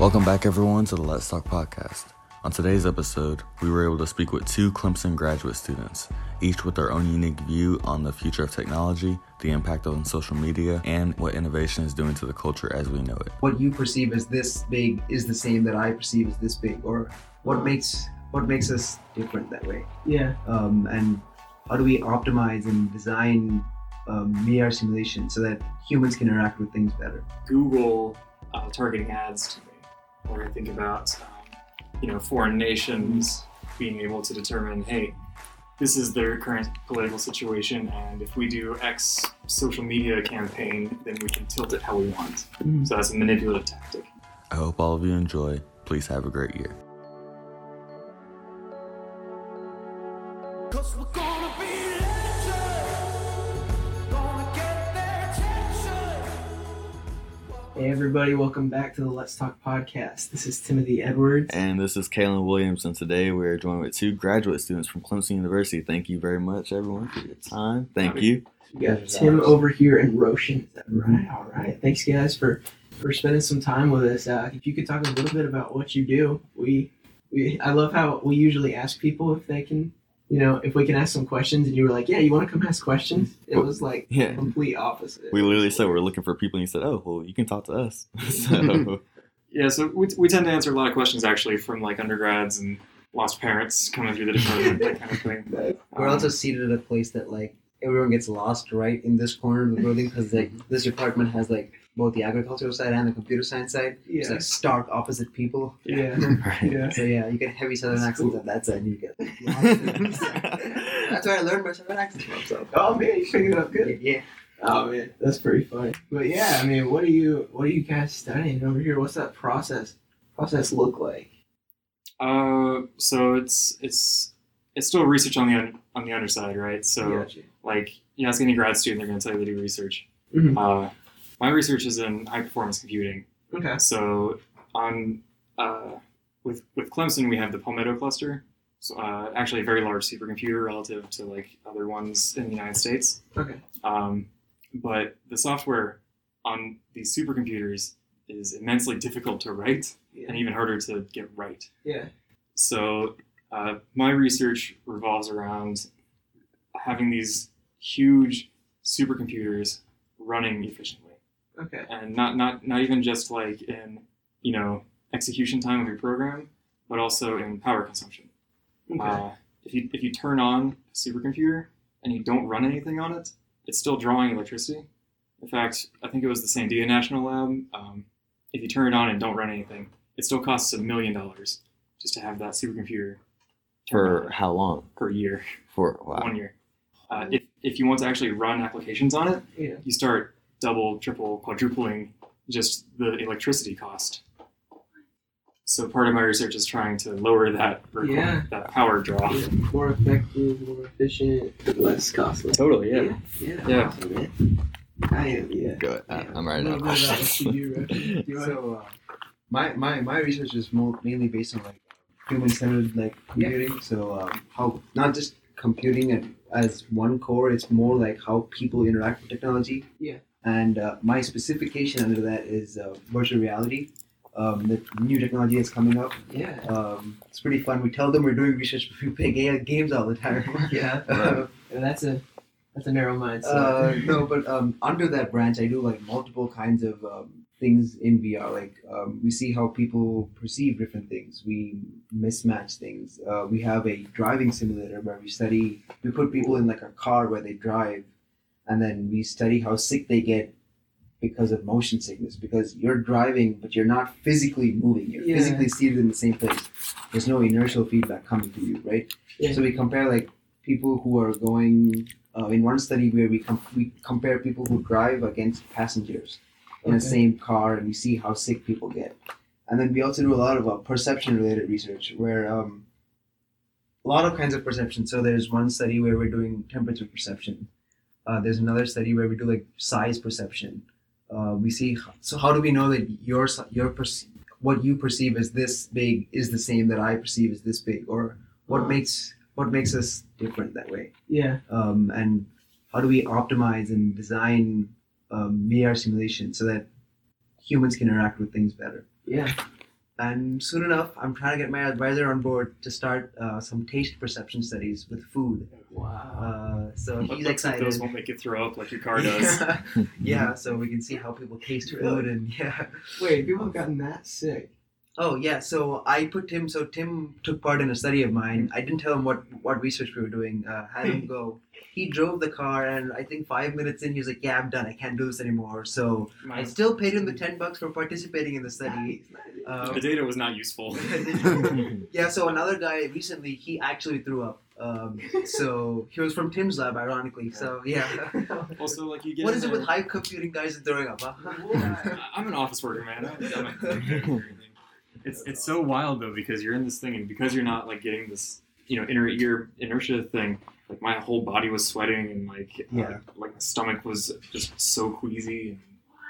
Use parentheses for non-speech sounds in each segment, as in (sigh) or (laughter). Welcome back, everyone, to the Let's Talk podcast. On today's episode, we were able to speak with two Clemson graduate students, each with their own unique view on the future of technology, the impact on social media, and what innovation is doing to the culture as we know it. what you perceive as this big is the same that I perceive as this big, or what makes what makes us different that way, Yeah, um, and how do we optimize and design um, VR simulation so that humans can interact with things better? Google uh, targeting ads to me. When I think about, um, you know, foreign nations being able to determine, hey, this is their current political situation, and if we do X social media campaign, then we can tilt it how we want. So that's a manipulative tactic. I hope all of you enjoy. Please have a great year. Cause we're gonna be legends. Gonna get their attention. Hey everybody, welcome back to the Let's Talk podcast. This is Timothy Edwards. And this is Kalen Williams, and today we are joined with two graduate students from Clemson University. Thank you very much, everyone, for your time. Thank Howdy. you. We got Tim over here and Roshan. Is that right? Mm-hmm. All right. Thanks guys for for spending some time with us. Uh, if you could talk a little bit about what you do, we we I love how we usually ask people if they can, you know, if we can ask some questions, and you were like, yeah, you want to come ask questions? It was like Yeah. complete opposite. We literally said we're looking for people, and you said, "Oh, well, you can talk to us." (laughs) so, Yeah, so we, we tend to answer a lot of questions actually from like undergrads and lost parents coming through the department, that kind of thing. Um, We're Um, also seated at a place that like everyone gets lost right in this corner of the building because (laughs) like this department has like both the agricultural side and the computer science side. It's yeah, like stark opposite people. yeah, right. (laughs) yeah. So yeah, you get heavy southern accents at that side, and you (laughs) get lost. at this (laughs) side. That's where I learned my southern accent from. So. Oh man, you figured it out good. Yeah. Oh man, that's pretty funny. But yeah, I mean, what are you what are you guys studying over here? What's that process process look like? Uh, so it's it's it's still research on the un- on the underside, right? So Gotcha. like you ask any grad student, they're going to tell you they do research. Mhm. Uh, my research is in high performance computing. Okay. So on uh, with with Clemson, we have the Palmetto cluster. So uh, actually, a very large supercomputer relative to like other ones in the United States. Okay. Um, but the software on these supercomputers is immensely difficult to write Yeah. and even harder to get right. Yeah. So uh, my research revolves around having these huge supercomputers running efficiently, Okay. and not not not even just like in you know execution time of your program, but also in power consumption. Okay. Uh, if you if you turn on a supercomputer and you don't run anything on it, it's still drawing electricity. In fact, I think it was the Sandia National Lab. Um, if you turn it on and don't run anything, it still costs a million dollars just to have that supercomputer turned For on how long? per year, For wow. one year. Uh, if if you want to actually run applications on it, Yeah. you start double, triple, quadrupling just the electricity cost. So part of my research is trying to lower that requirement- Yeah. that power draw. Yeah, More effective, more efficient, less costly. Totally, Yeah. Yeah. Yeah. awesome, man. I am. Yeah. Go ahead. I- I'm writing A down little bit about what questions. you (laughs) do, Roshan. Do you wanna- So uh, my, my my research is mo- mainly based on like human centered like computing. So uh, how not just computing at, as one core, it's more like how people interact with technology. Yeah. And uh, my specification under that is uh, virtual reality. Um, the new technology that's coming up. yeah. Um, it's pretty fun. We tell them we're doing research, but we play ga- games all the time. (laughs) Yeah. Right. Yeah, (laughs) That's a that's a narrow mindset. (laughs) Uh, no, but um, under that branch, I do like multiple kinds of um, things in VR. Like um, we see how people perceive different things. We mismatch things. Uh, we have a driving simulator where we study. We put people in like a car where they drive, and then we study how sick they get because of motion sickness. Because you're driving, but you're not physically moving. You're Yeah. physically seated in the same place. There's no inertial feedback coming to you, right? Yeah. So we compare like people who are going uh, in one study where we com- we compare people who drive against passengers in the Okay. same car, and we see how sick people get. And then we also do a lot of uh, perception related research where um, a lot of kinds of perception. So there's one study where we're doing temperature perception. Uh, there's another study where we do like size perception. Uh, we see so how do we know that your si- your perce- what you perceive as this big is the same that I perceive as this big, or what makes what makes us different that way? yeah. um, and how do we optimize and design um, VR simulation so that humans can interact with things better? Yeah. And soon enough, I'm trying to get my advisor on board to start uh, some taste perception studies with food. Wow. Uh, so But he's looks like excited. those won't make you throw up like your (laughs) car does. Yeah. yeah, so we can see how people taste food and yeah. Wait, people have gotten that sick. Oh yeah, so I put Tim. So Tim took part in a study of mine. I didn't tell him what what research we were doing. Uh, had him go. He drove the car, and I think five minutes in, he was like, "Yeah, I'm done. I can't do this anymore." So I My, still paid him the ten bucks for participating in the study. (laughs) the Um, data was not (laughs) useful. (laughs) yeah. So another guy recently, he actually threw up. Um, so he was from Tim's lab, ironically. So yeah. also, like you get. What in is it there- with high computing guys and throwing up? Huh? I- I'm an office worker, man. I don't- I don't (laughs) think or anything. It's it's so wild though because you're in this thing and because you're not like getting this you know inner ear inertia thing. Like my whole body was sweating and like uh, Yeah. like my stomach was just so queasy. And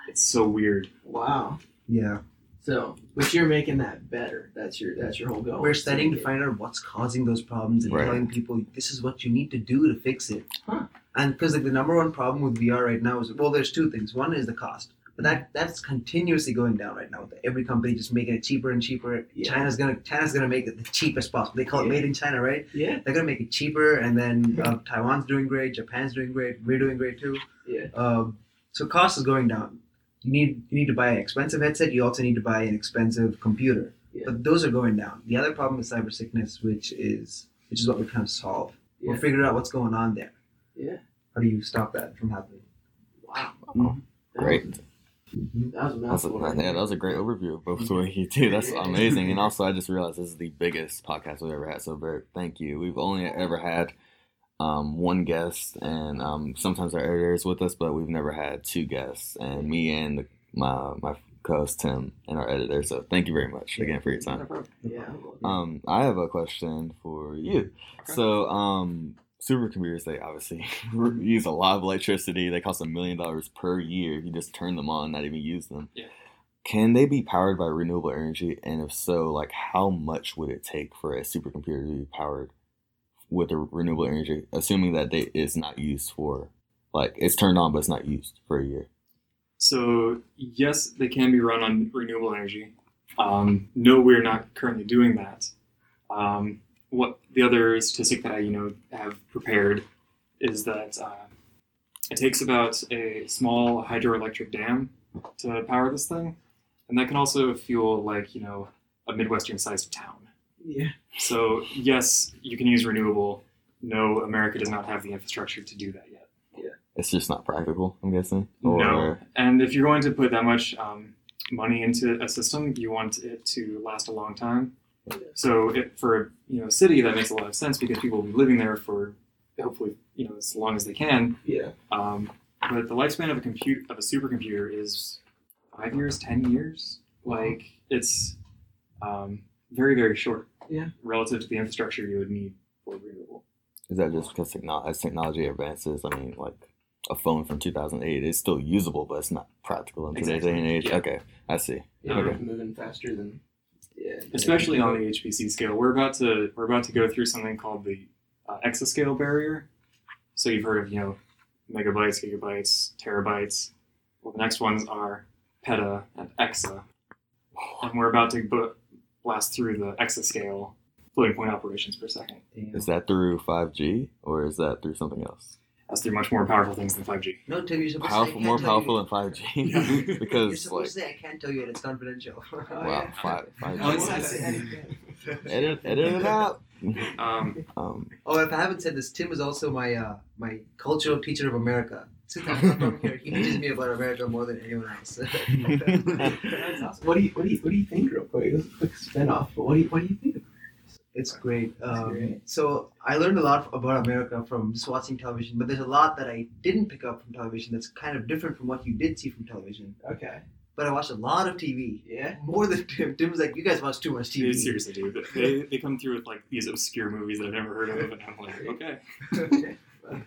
it's so weird. Wow. yeah. So, but you're making that better. That's your that's your whole goal. We're studying to find out what's causing those problems and Right. telling people this is what you need to do to fix it. Huh. And because like the number one problem with VR right now is well, there's two things. One is the cost, but that that's continuously going down right now. With every company just making it cheaper and cheaper. Yeah. China's gonna China's gonna make it the cheapest possible. They call it Yeah. made in China, right? Yeah. They're gonna make it cheaper, and then uh, Taiwan's doing great, Japan's doing great, we're doing great too. Yeah. Um, so cost is going down. You need you need to buy an expensive headset. You also need to buy an expensive computer. Yeah. But those are going down. The other problem is cyber sickness, which is which is what we're trying to solve. Yeah. We're figuring out what's going on there. Yeah. How do you stop that from happening? Wow. Great. Mm-hmm. That was a That's a, mouthful. that, yeah, that was a great overview of both the way you do. (laughs) That's amazing. And also, I just realized this is the biggest podcast we've ever had. So, Bert, thank you. We've only ever had um, one guest, and um, sometimes our editor is with us, but we've never had two guests. And me and the, my my co-host Tim and our editor. So, thank you very much again for your time. Yeah. Um, I have a question for you. Okay. So, um, supercomputers they obviously (laughs) use a lot of electricity. They cost a million dollars per year if you just turn them on, not even use them. Yeah. Can they be powered by renewable energy? And if so, like how much would it take for a supercomputer to be powered with a renewable energy, assuming that they it's not used for like it's turned on but it's not used for a year? So yes, they can be run on renewable energy. Um, no, we're not currently doing that. Um, what the other statistic that I you know have prepared is that uh, it takes about a small hydroelectric dam to power this thing, and that can also fuel like you know a midwestern-sized town. Yeah. So yes, you can use renewable. No, America does not have the infrastructure to do that yet. It's just not practical, I'm guessing. No. And if you're going to put that much um, money into a system, you want it to last a long time. So it, for you know a city, that makes a lot of sense because people will be living there for hopefully you know as long as they can. Yeah. Um, but the lifespan of a compute of a supercomputer is five years, ten years. Like it's um, very very short. Yeah. Relative to the infrastructure you would need for renewable. Is that just because techno- as technology advances? I mean, like a phone from 2008 is still usable, but it's not practical in today's day and age. Exactly, Okay, I see. Yeah. Okay. Moving faster than. Yeah. especially on the HPC scale. We're about to we're about to go through something called the uh, exascale barrier. So you've heard of you know megabytes, gigabytes, terabytes. Well, the next ones are peta and exa, and we're about to bu- blast through the exascale floating point operations per second. Damn. Is that through 5G or is that through something else? That's through much more powerful things than 5G. No, Tim, you're supposed Powerful, to say I more can't tell powerful than You. 5G (laughs) (laughs) Yeah. You're because like supposed to say I can't tell you, and it's confidential. (laughs) wow, five, Oh, it's 5G. not- Edit, edit it out. Um, Um, Oh, if I haven't said this, Tim is also my uh, my cultural teacher of America. Since I'm not from here, he teaches me about America more than anyone (laughs) else. (laughs) That's awesome. What do you what do you what do you think real quick? This is a quick spin off, but what do you what do you think? it's great. Um, great. So I learned a lot about America from just watching television, but there's a lot that I didn't pick up from television that's kind of different from what you did see from television. Okay. But I watched a lot of TV, Yeah. (laughs) more than (laughs) Tim. Tim was like, "You guys watch too much dude, TV." seriously, dude, they, they come through with like these obscure movies that I've never heard of, and I'm like, okay,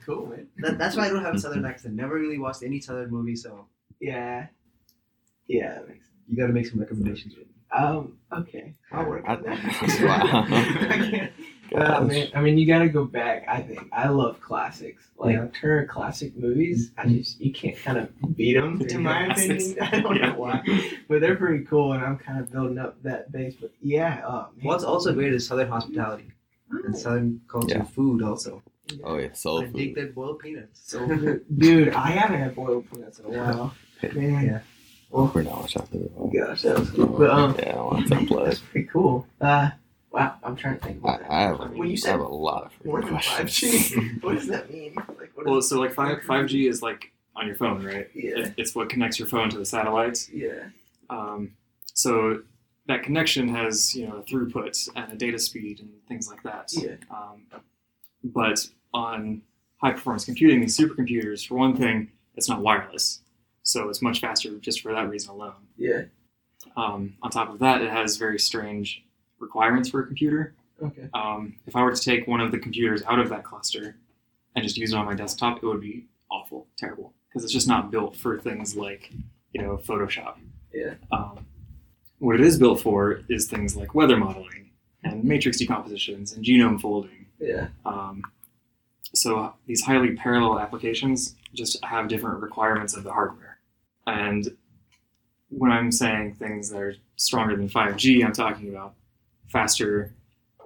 cool, man. That, that's why I don't have a southern accent. Never really watched any southern movie, so Yeah. Yeah. That makes you got to make some recommendations. Um. Okay. I'll work on (laughs) I- that. (laughs) Wow. I can't. Uh, Gosh. man, I mean, you gotta go back. I think I love classics, like Yeah. Turner classic movies. I just you can't kind of beat them, They're in my classics. opinion. (laughs) I don't Yeah. know why, but they're pretty cool, and I'm kind of building up that base. But yeah, uh, man. (laughs) What's also uh, great is Southern hospitality and Southern culture Yeah. food also. Oh yeah, soul I dig food. that boiled peanuts. (laughs) So good. dude, I haven't had boiled peanuts in a while. Man, Yeah. We're not watching after the gosh, that was cool. But um, yeah, I want (laughs) some blood. that's pretty cool. Uh, wow, I'm trying to think I, about that. I have. When you I said have a lot of More freaking than five questions. G, what does that mean? Like, what Well, is, so like five five G is like on your phone, right? yeah, It- It's what connects your phone to the satellites. yeah, Um, so that connection has you know a throughput and a data speed and things like that. yeah. Um, but on high performance computing, these supercomputers, for one thing, it's not wireless, so it's much faster just for that reason alone. Yeah. Um, on top of that, it has very strange requirements for a computer. Okay. Um, if I were to take one of the computers out of that cluster and just use it on my desktop, it would be awful, terrible, because it's just not built for things like, you know, Photoshop. Yeah. Um, what it is built for is things like weather modeling and matrix decompositions and genome folding. Yeah. Um, so these highly parallel applications just have different requirements of the hardware. And when I'm saying things that are stronger than 5G, I'm talking about faster,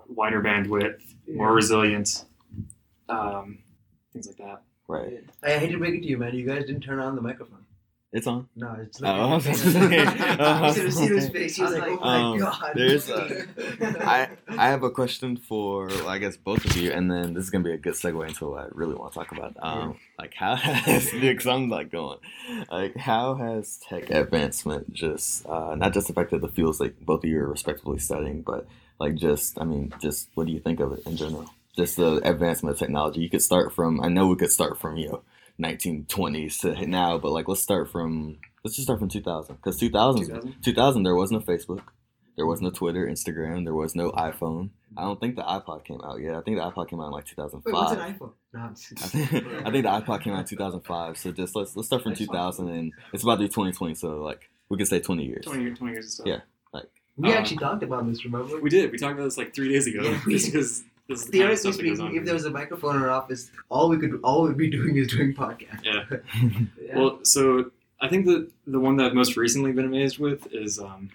wider bandwidth, more resilient, um, things like that. Right. I hate to break it to you, man. You guys didn't turn on the microphone. It's on. No, it's Oh, (laughs) I not. was gonna I was say. uh-huh. gonna see his face. He was like, "Oh my Um, god." there's a- (laughs) I I have a question for well, I guess both of you, and then this is gonna be a good segue into what I really want to talk about. Um, like how (laughs) has because I'm like going, like how has tech advancement just uh, not just affected the fields like both of you are respectively studying, but like just I mean just what do you think of it in general? Just the advancement of technology. You could start from I know we could start from you know 1920s to now, but like let's start from let's just start from 2000 because 2000 's 2000? 2000 there was no facebook there was no twitter instagram there was no iphone i don't think the ipod came out yet i think the ipod came out in like Wait, what's 2005 an iPhone? No, I'm (laughs) just- I think, I think the ipod came out in 2005 so just let's let's start from 2000 and it's about to be 2020 so like we could say 20 years 20, year- 20 years of stuff. Yeah. like we Um, actually talked about this. Remember? We did. We talked about this like three days ago. Yeah, we (laughs) This is- this is the kind of Theoretically stuff that goes on speaking, if here. there was a microphone in our office, all we could all we'd be (laughs) doing is doing podcasts. Yeah. Yeah. Well, so I think that the one that I've most recently been amazed with is um,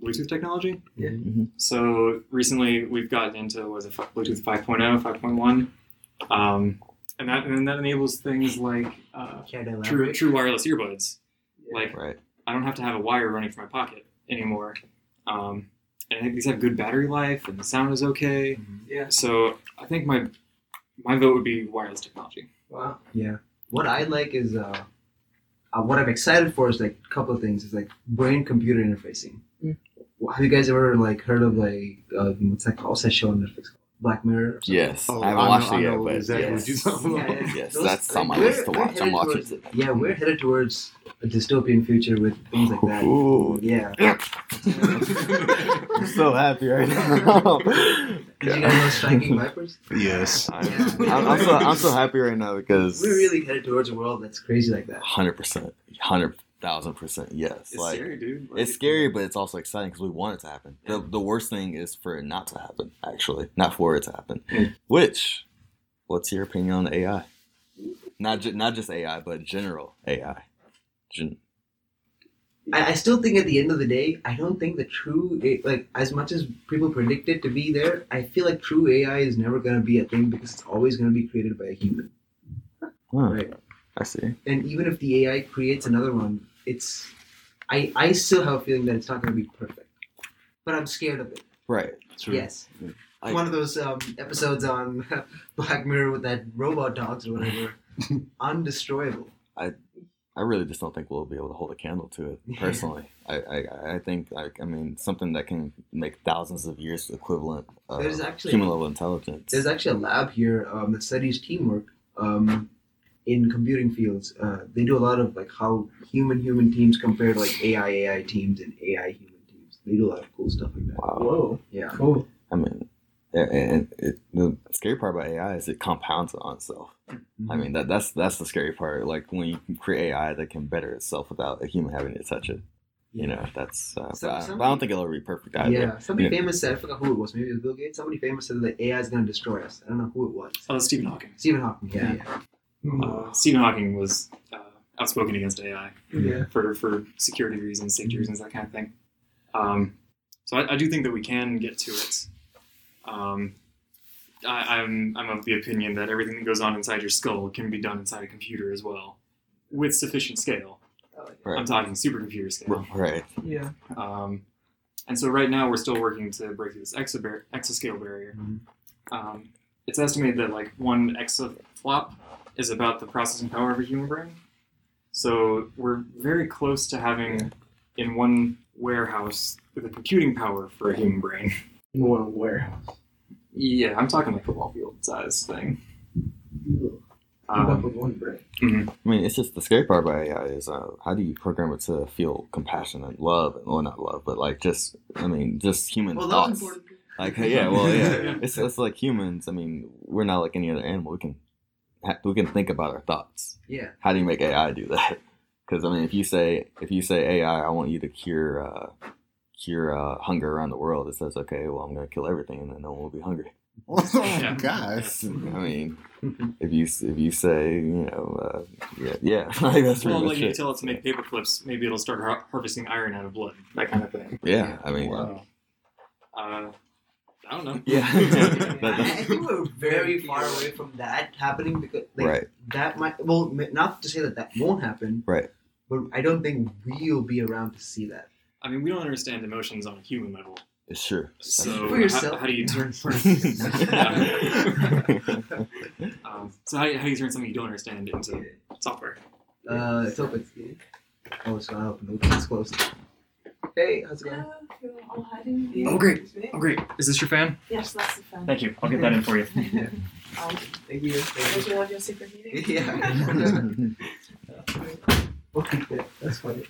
Bluetooth technology. Yeah. (laughs) Mhm. Mm-hmm. So recently we've gotten into was it Bluetooth oh, 5.0, 5.1, um, and that and that enables things like uh, Can't elaborate. true true wireless earbuds. Yeah. Like right I don't have to have a wire running from my pocket anymore. Um, and I think these have good battery life, and the sound is okay. Yeah. So I think my my vote would be wireless technology. Wow. What I like is uh, uh, what I'm excited for is like a couple of things. It's like brain computer interfacing. Mm. Well, Have you guys ever like heard of like uh, what's that called? What's that show on Netflix? called? Black Mirror. or something? yes Oh, i haven't I know- watched I it yet know but exactly yes, what you're talking about. Yeah, yeah. yes Those- that's on my we're- list to we're watch i'm headed watching Mm-hmm. towards- it Yeah, we're headed towards a dystopian future with things like that. Ooh. Yeah. i'm so happy right now Did you (laughs) guys know Striking Vipers? Yes. (laughs) I'm, I'm so I'm so happy right now because (laughs) We're really headed towards a world that's crazy like that. Hundred percent, hundred thousand percent, yes. It's like scary, dude. Like, it's scary, but it's also exciting because we want it to happen. The, the worst thing is for it not to happen, actually, not for it to happen. Which, what's your opinion on AI? Not ju- not just AI, but general AI. Gen- I, I still think at the end of the day, I don't think the true A- like as much as people predict it to be there, I feel like true AI is never gonna be a thing because it's always gonna be created by a human, huh, right? I see. And even if the AI creates another one, it's I I still have a feeling that it's not gonna be perfect, but I'm scared of it. Right. True. Yes, Yeah. I- one of those um, episodes on (laughs) Black Mirror with that robot dogs (laughs) or whatever, undestroyable. I really just don't think we'll be able to hold a candle to it personally. I, I, I think like I mean something that can make thousands of years equivalent of There's actually- Uh, human level intelligence. There's actually a lab here um, that studies teamwork um, in computing fields. Uh, they do a lot of like how human human teams compare to like AI AI teams and AI human teams. They do a lot of cool stuff like that. wow. Whoa. Yeah. Cool. I mean, a- and it, the scary part about AI is it compounds on itself. Mm-hmm. I mean, that that's that's the scary part. Like when you can create AI that can better itself without a human having to touch it. You know, that's. Uh, Some- but I- some- but I don't think it'll be perfect either. Yeah, somebody Yeah. famous said, I forgot who it was, maybe it was Bill Gates. Somebody famous said that AI is going to destroy us. I don't know who it was. Oh, Stephen Hawking. Stephen Hawking. Yeah, Hmm. Uh, Stephen Hawking was uh, outspoken against AI Yeah. for, for security reasons, safety reasons, that kind of thing. Um, so I, I do think that we can get to it. Um, I, I'm, I'm of the opinion that everything that goes on inside your skull can be done inside a computer as well, with sufficient scale. I like it. Right. I'm talking supercomputer scale. R- Right. Yeah. Um, and so right now we're still working to break through this exa- bar- exascale barrier. Mhm. Um, it's estimated that like one exaflop is about the processing power of a human brain. So we're very close to having in one warehouse the computing power for a human brain. In one warehouse. Yeah, I'm talking like football field size thing. Keep up Um, with one brain. I mean, it's just the scary part about AI is uh, how do you program it to feel compassion and love? Well, not love, but like just, I mean, just human Well, that was thoughts. important. Like, yeah, well, (laughs) yeah. It's, it's like humans. I mean, we're not like any other animal. We can, ha- we can think about our thoughts. Yeah. How do you make AI do that? (laughs) Because I mean, if you say if you say AI, I want you to cure uh, cure uh, hunger around the world, it says okay, well, I'm gonna kill everything, and then no one will be hungry. Yeah. Oh, gosh. (laughs) I mean, if you if you say you know uh, yeah yeah, (laughs) like, that's pretty well, much like you it. tell it to make paper clips, maybe it'll start har- harvesting iron out of blood, that kind of thing. yeah, I mean Uh, I don't know. (laughs) yeah. I, I I think we're very far away from that happening because like, right. that might well m- not to say that that won't happen Right. but i don't think we'll be around to see that I mean, we don't understand emotions on a human level. Sure. (laughs) So For how- yourself. How, do you (laughs) turn? (laughs) um, so how, do you- how do you turn something you don't understand into software? uh it's open oh it's not open it's closed hey how's it going You're all hiding. Oh, great. Oh, (laughs) great. Is this your fan? Yes, that's the fan. Thank you. I'll get that in for you. Um, thank you did Thank you have your secret meeting? you. (laughs) (laughs) yeah (laughs) Anyone Uh, We'll keep that. That's (laughs) funny.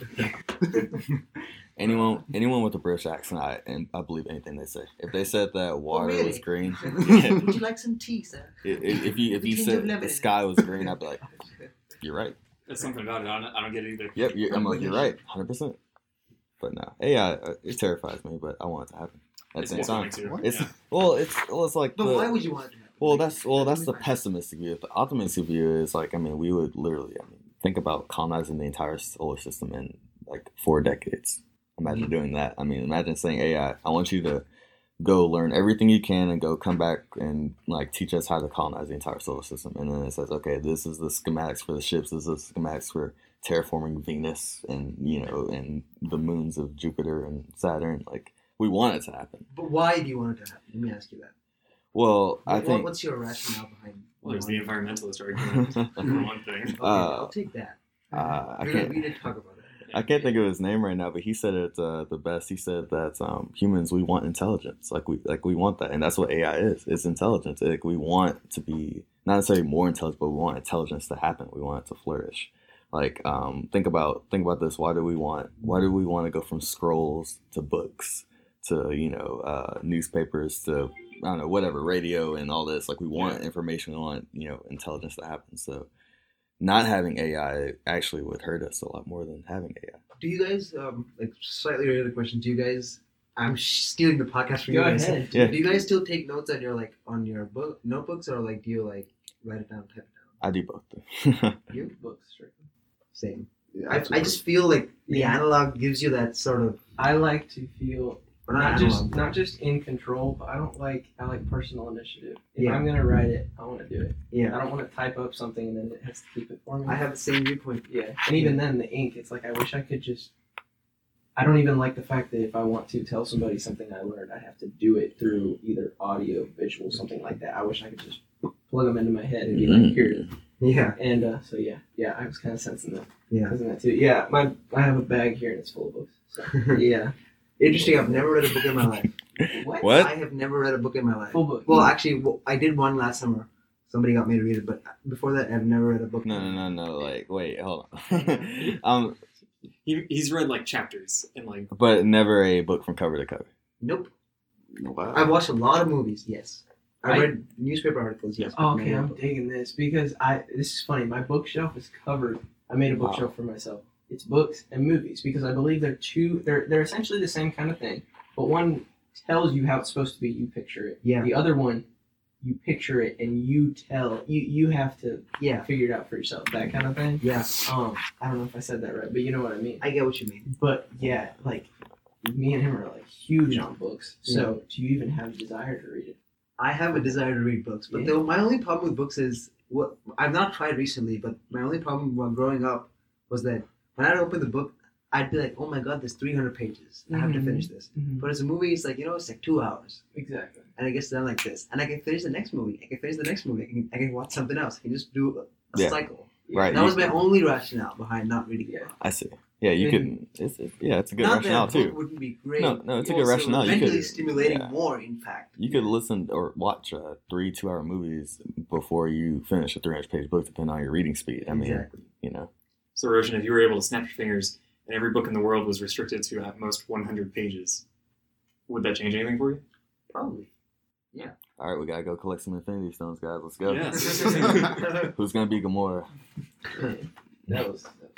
anyone with a British accent, I and I believe anything they say. If they said that water was Oh, really? (laughs) green, (laughs) would you like some tea sir i- i- if you if you Change of said the lemon. sky was green, I'd be like, you're right. There's something about it. I don't, I don't get it either. Yep, you're, I'm like you're right, hundred percent. But no, AI uh, it terrifies me, but I want it to happen at the It's same more time. fun, too. It's Yeah. well, it's well, it's like but the- why would you want it to happen Well, that's well, that's the pessimistic view. The optimistic view is like, I mean, we would literally, I mean, think about colonizing the entire solar system in like four decades. Imagine Mm-hmm. doing that. I mean, imagine saying, AI, I want you to go learn everything you can and go come back and like teach us how to colonize the entire solar system." And then it says, "Okay, this is the schematics for the ships. This is the schematics for terraforming Venus and you know and the moons of Jupiter and Saturn." Like, we want it to happen. but why do you want it to happen let me ask you that Well, I What- think. what's your rationale behind Well, there's the environmentalist (laughs) argument for one thing. okay, Uh, i'll take that uh, I We're can't- gonna- we need to talk about it I can't think of his name right now, but he said it uh, the best. He said that um, humans we want intelligence, like we like we want that, and that's what AI is. It's intelligence. Like we want to be not necessarily more intelligent, but we want intelligence to happen. We want it to flourish. Like um, think about think about this. Why do we want Why do we want to go from scrolls to books to you know uh, newspapers to I don't know whatever radio and all this? Like we want information. We want you know intelligence to happen. So. Not having AI actually would hurt us a lot more than having AI. Do you guys um like slightly related question? Do you guys? I'm sh- stealing the podcast from Go you guys. ahead. Yeah. Do you guys still take notes on your like on your book notebooks or like do you like write it down, type it I do both. down? You Books, right? same. I, I just feel like the Yeah. analog gives you that sort of I like to feel or not not analog, just but- not just in control, but I don't like I like personal initiative. If Yeah. I'm gonna write it, I want to do it. I yeah. don't want to type up something and then it has to keep it for me. I have the same viewpoint. (laughs) yeah, and even then, the ink. It's like I wish I could just. I don't even like the fact that if I want to tell somebody something I learned, I have to do it through either audio, visual, something like that. I wish I could just plug them into my head and be Mm-hmm. like, here. Yeah, (laughs) And uh, so yeah, yeah, I was kind of sensing that, yeah. sensing that too. Yeah, my I have a bag here and it's full of books. So, yeah. Interesting. I've never read a book in my life. What? What? I have never read a book in my life. Full book. Well, Hmm. actually, well, I did one last summer. Somebody got me to read it, but before that, I've never read a book. no, no, no, no. Like, wait, hold on. (laughs) um, He, he's read like chapters and like but never a book from cover to cover. Nope. Wow. I've watched a lot of movies. Yes, I, I- read newspaper articles. Yes. Oh, okay, Yeah. I'm digging this because I this is funny. My bookshelf is covered. I made a Wow. bookshelf for myself. it's books and movies because I believe they're two. They're they're essentially the same kind of thing, but one tells you how it's supposed to be. You picture it. Yeah. The other one, you picture it and you tell you you have to Yeah. figure it out for yourself. That kind of thing. Yeah. Um, I don't know if I said that right, but you know what I mean. I get what you mean. But yeah, like me and him are like huge on books. So do you even have a desire to read it? I have a desire to read books, but Yeah. though my only problem with books is what I've not tried recently, but my only problem while growing up was that when I'd open the book, I'd be like, "Oh my god, there's 300 pages. I have to Mhm. finish this." Mm-hmm. But as a movie, it's like you know, it's like two hours, Exactly. and it gets done like this, and I can finish the next movie. I can finish the next movie. I can, I can watch something else. I can just do a, a Yeah. cycle. Right. That you- was my only rationale behind not reading it. Yeah. I see. Yeah, you Then- could. It's, it, yeah, it's a good not rationale that a book too. Wouldn't be great. No, no, it's a good Also, rationale. You Mentally could- stimulating yeah. more, in fact. You could listen or watch uh, three two-hour movies before you finish a 300-page book, depending on your reading speed. I mean, exactly. you know, So, Roshan, if you were able to snap your fingers and every book in the world was restricted to at most 100 pages, would that change anything for you? Probably. all right, we gotta go collect some Infinity Stones, guys. Let's go. Yeah. (laughs) (laughs) Who's gonna be Gamora? That was. That was phenomenal.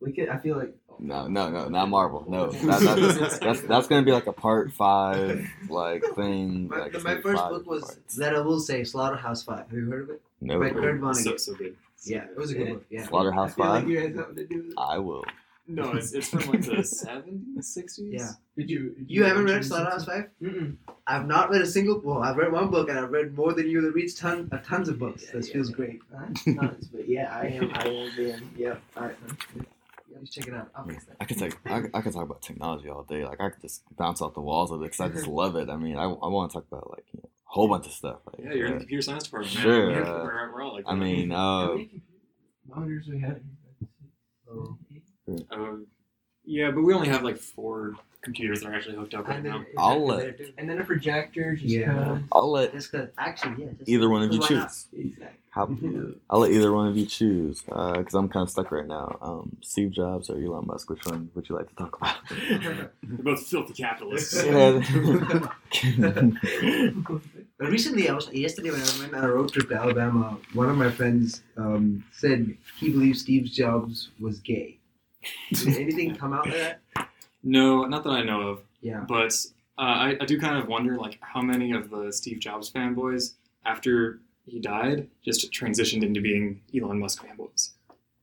we could. I feel like. No, no, no, not Marvel. No, (laughs) That- that- that's that's gonna be like a part five like thing. My, like, it's my gonna be first five book was parts. that I will say Slaughterhouse Five. Have you heard of it? no Red Kurt Vonnegut. So, so good. Yeah, it was a good Yeah. book. Yeah. Slaughterhouse I feel like Five. you had something to do with it. I will. No, it's, it's from like the 70s, 60s? Yeah. Did you? did You haven't read choose Slaughterhouse something? Five? Mm-mm. I've not read a single. Well, I've read one book, and I've read more than you. That reads ton, uh, tons of books. Yeah, this yeah, feels yeah. great. That's nuts, but yeah, I am. I am. Being, yep. All right. Yeah, just check it out. I'll fix that. I could take I, I could talk about technology all day. Like I could just bounce off the walls of it because I just love it. I mean, I, I want to talk about like you know, a whole bunch of stuff. Like, Yeah, you're in uh, the computer science department. man. Sure, We're- uh, we're, we're all like I that. mean, How uh, many computer monitors we had? Oh. Uh, yeah, but we only have like four computers that are actually hooked up right And now. then, I'll and let- there too. And then a projector, just Yeah. kinda- I'll let Just 'cause- actually, yeah. Just, either one of you Why not? choose. Exactly. How, I'll let either one of you choose because I'm kind of stuck right now. Um, Steve Jobs or Elon Musk? Which one would you like to talk about? (laughs) (laughs) (laughs) They're both filthy capitalists. (laughs) Yeah. But recently, I was yesterday when I went on a road trip to Alabama. One of my friends um, said he believes Steve Jobs was gay. Did anything come out of that? No, not that I know of. Yeah. But uh, I, I do kind of wonder, like, how many of the Steve Jobs fanboys, after he died, just transitioned into being Elon Musk fanboys.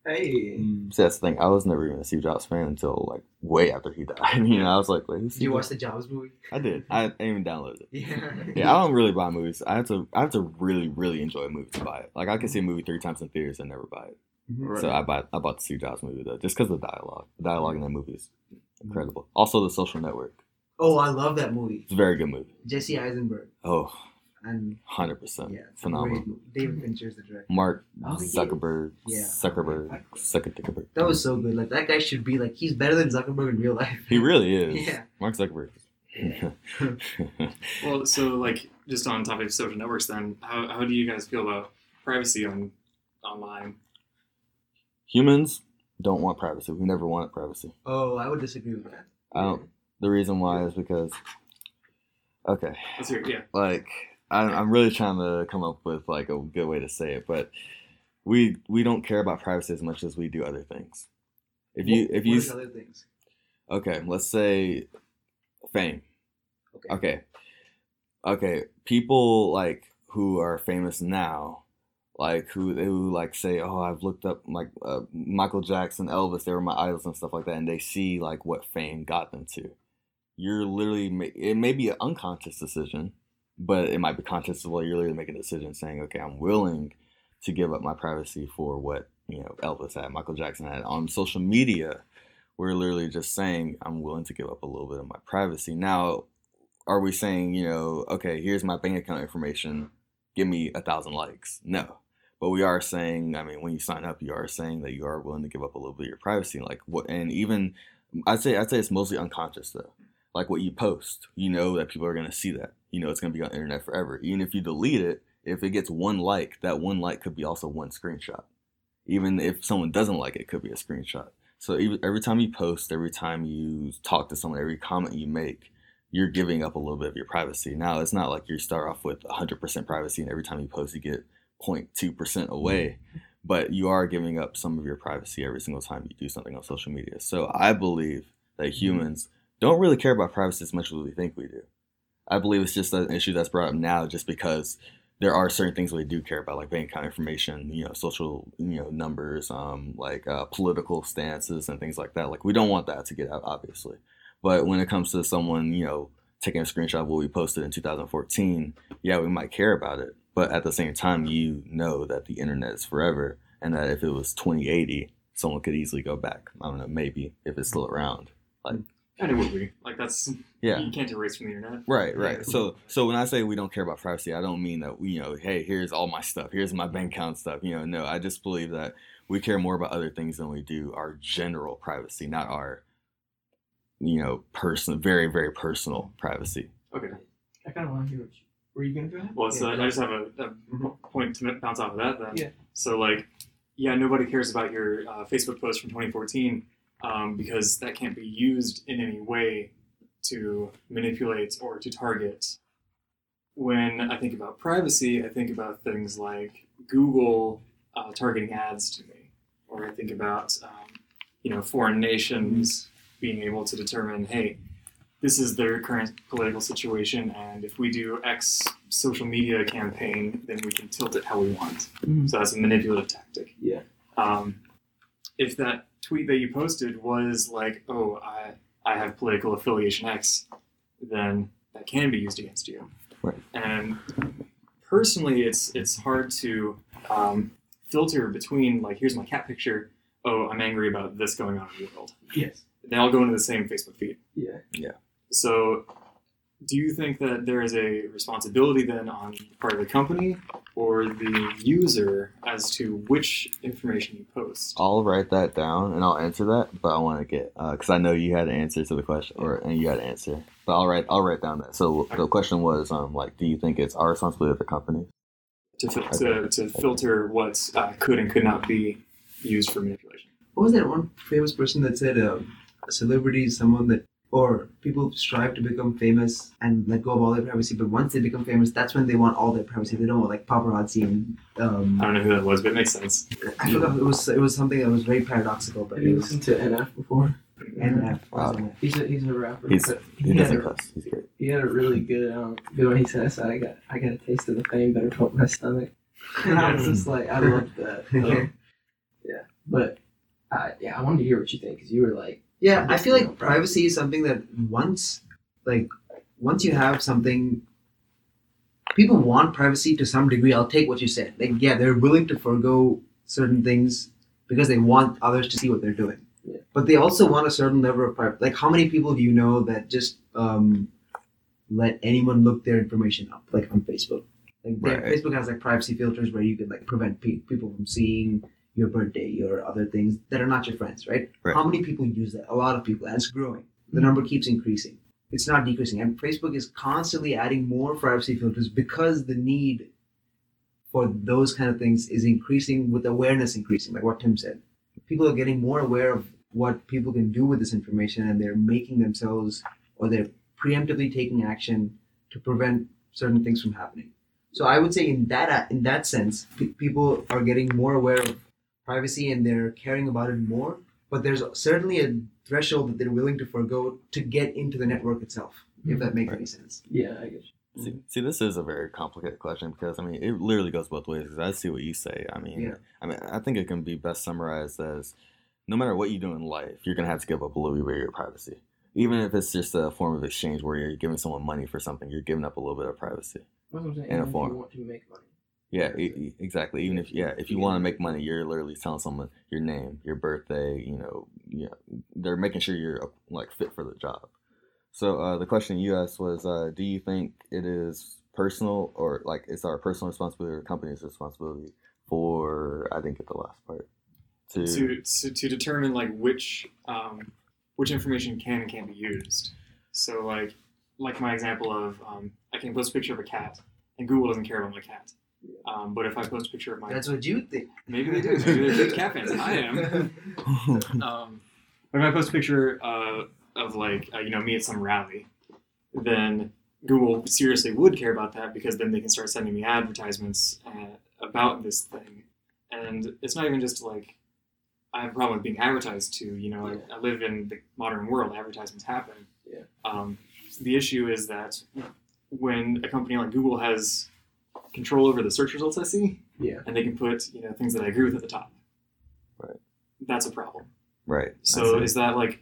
Hey. Mm, See, that's the thing. I was never even a Steve Jobs fan until like way after he died. (laughs) You know, I was like, wait, who's Did you Steve watch the Jobs movie? I did. I, I even downloaded it. Yeah. Yeah, I don't really buy movies. I have to. I have to really, really enjoy a movie to buy it. Like I can see a movie three times in theaters and never buy it. Mm-hmm. So I bought. I bought the Steve Jobs movie though, just because the dialogue. The dialogue in that movie is Mm-hmm. incredible. Also, The Social Network. Oh, I love that movie. It's a very good movie. Jesse Eisenberg Oh, and 100 percent. yeah, it's a Uh, Phenomenal. great movie. David Fincher is the director. Mark Oh, yeah. Zuckerberg. Yeah. Zuckerberg. Zuckerberg. That was so good. Like that guy should be like he's better than Zuckerberg in real life. He really is. Yeah. Mark Zuckerberg. (laughs) Well, so, like, just on topic of social networks, then, how, how do you guys feel about privacy on online? Humans don't want privacy. We never wanted privacy. (laughs) Oh, I would disagree with that. I don't. The reason why is because, okay, Let's hear it. Yeah. like I'm, I'm really trying to come up with like a good way to say it, but we we don't care about privacy as much as we do other things. If you if you What are the other things. okay, let's say fame. Okay. Okay. Okay. People like who are famous now, like who who like say, "Oh, I've looked up like uh, Michael Jackson, Elvis. They were my idols and stuff like that." And they see like what fame got them to. You're literally ma- it may be an unconscious decision, but it might be conscious as well. You're literally making a decision saying, "Okay, I'm willing to give up my privacy for what you know Elvis had, Michael Jackson had on social media." we're literally just saying i'm willing to give up a little bit of my privacy now are we saying you know okay here's my bank account information give me a thousand likes no but we are saying i mean when you sign up you are saying that you are willing to give up a little bit of your privacy like what and even i'd say i'd say it's mostly unconscious though like what you post you know that people are going to see that you know it's going to be on the internet forever even if you delete it if it gets one like that one like could be also one screenshot even if someone doesn't like it, it could be a screenshot so even, every time you post, every time you talk to someone, every comment you make, you're giving up a little bit of your privacy. Now it's not like you start off with 100% privacy, and every time you post, you get 0.2% away. but you are giving up some of your privacy every single time you do something on social media. So I believe that humans don't really care about privacy as much as we think we do. I believe it's just an issue that's brought up now just because there are certain things we do care about, like bank account information, you know, social, you know, numbers, um, like uh, political stances and things like that. Like we don't want that to get out, obviously. But when it comes to someone, you know, taking a screenshot of what we posted in 2014, yeah, we might care about it. But at the same time, you know that the internet is forever and that if it was 2080, someone could easily go back. I don't know, maybe if it's still around. Kind of would we. Like that's Yeah. you can't erase from the internet. Right, right. So, so when I say we don't care about privacy, I don't mean that we, you know, hey, here's all my stuff, here's my bank account stuff. You know, no, I just believe that we care more about other things than we do our general privacy, not our, you know, person, very, very personal privacy. Okay. (laughs) I kind of want to hear what you. Were you gonna go ahead? Well, so I just have a, a point to bounce off of that then. Yeah. So like, yeah, nobody cares about your uh, Facebook post from 2014 um, because that can't be used in any way to manipulate or to target. When I think about privacy, I think about things like Google uh, targeting ads to me, or I think about um, you know foreign nations being able to determine, hey, this is their current political situation, and if we do X social media campaign, then we can tilt it how we want. Mhm. So that's a manipulative tactic. Yeah. Um, if that tweet that you posted was like, "Oh, I I have political affiliation X," then that can be used against you. Right. And personally, it's it's hard to um, filter between like, "Here's my cat picture." Oh, I'm angry about this going on in the world. Yes. They all go into the same Facebook feed. Yeah. So, do you think that there is a responsibility then on the part of the company or the user as to which information you post? I'll write that down and I'll answer that, but I want to get because I know you had an answer to the question, or and you had an answer, but I'll write I'll write down that. So the question was, um, like, do you think it's our responsibility as a company? To, fil- to, to filter what uh, could and could not be used for manipulation. What was that one famous person that said um, a celebrity is someone that, or people strive to become famous and let go of all their privacy, but once they become famous, that's when they want all their privacy. They don't want like paparazzi and. I Um, don't know who that was, but it makes sense. I forgot. It was it was something that was very paradoxical, but Have you it was listened to NF before? NF. wasn't it? He's a he's a rapper. He's he Yeah. doesn't cuss. He's great. He had a really good um good one. He said, "I said I got I got a taste of the fame, better pump my stomach." (laughs) And I was just like, I loved that. (laughs) Um, yeah, but uh, yeah, I wanted to hear what you think because you were like, Yeah, I feel like privacy is something that once, like, once you have something, people want privacy to some degree. I'll take what you said. Like, yeah, they're willing to forego certain things because they want others to see what they're doing. Yeah. But they also want a certain level of privacy. Like, how many people do you know that just um, let anyone look their information up, like on Facebook? Like, their- Right. Facebook has like privacy filters where you can like prevent pe- people from seeing your birthday, your other things that are not your friends, right? Right. Mm-hmm. How many people use that? A lot of people, and it's growing. The number keeps increasing. It's not decreasing, and Facebook is constantly adding more privacy filters because the need for those kind of things is increasing with awareness increasing, like what Tim said. People are getting more aware of what people can do with this information, and they're making themselves or they're preemptively taking action to prevent certain things from happening. So I would say in that in that sense, pe- people are getting more aware of privacy and they're caring about it more. But there's certainly a threshold that they're willing to forego to get into the network itself, if that makes any sense. yeah, I guess. See, see, this is a very complicated question because I mean, it literally goes both ways. Because I see what you say. I mean, Yeah. I mean, I think it can be best summarized as, no matter what you do in life, you're gonna have to give up a little bit of your privacy. Even if it's just a form of exchange where you're giving someone money for something, you're giving up a little bit of privacy. That's what I'm saying. In a if you form. want to make money. Yeah, e- e- exactly. Even if yeah, if you want to make money, you're literally telling someone your name, your birthday. You know, you know, they're making sure you're uh, like fit for the job. So uh, the question you asked was, uh, do you think it is personal or like it's our personal responsibility or the company's responsibility for? I didn't get the last part. To, to, to, to determine like which um, which information can and can't be used. So like like my example of um, I can post a picture of a cat and Google doesn't care about my cat. Um, but if I post a picture of my That's what you (laughs) think. maybe they do maybe they're big cat fans I am. (laughs) Um, but if I post a picture uh, of like uh, you know me at some rally, then Google seriously would care about that because then they can start sending me advertisements uh, about this thing, and it's not even just like I have a problem with being advertised to. You know, I, I live in the modern world; advertisements happen. Yeah. Um, the issue is that when a company like Google has control over the search results I see, Yeah. and they can put you know things that I agree with at the top. Right. That's a problem. (laughs) Right. So That's is that like,